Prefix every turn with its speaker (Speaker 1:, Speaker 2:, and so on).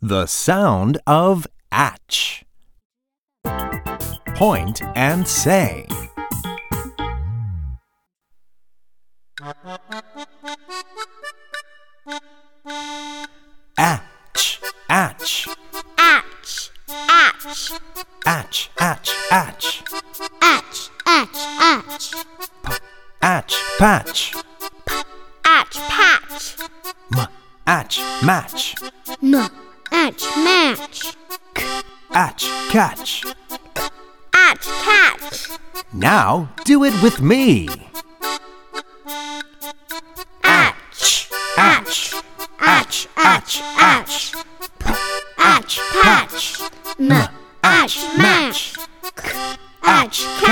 Speaker 1: The sound of atch. Point and say. Atch, atch,
Speaker 2: Atch,
Speaker 1: atch,
Speaker 2: atch,
Speaker 1: atch, atch,
Speaker 2: atch, atch, atch,
Speaker 1: atch, patch,
Speaker 2: atch, patch,
Speaker 1: m, atch, match,
Speaker 2: m, atch, match,
Speaker 1: atch, catch.
Speaker 2: atch, catch,
Speaker 1: Now do it with me.
Speaker 2: atch,
Speaker 1: Atch, atch, atch, atch,
Speaker 2: atch, patch, m, atch, match, atch,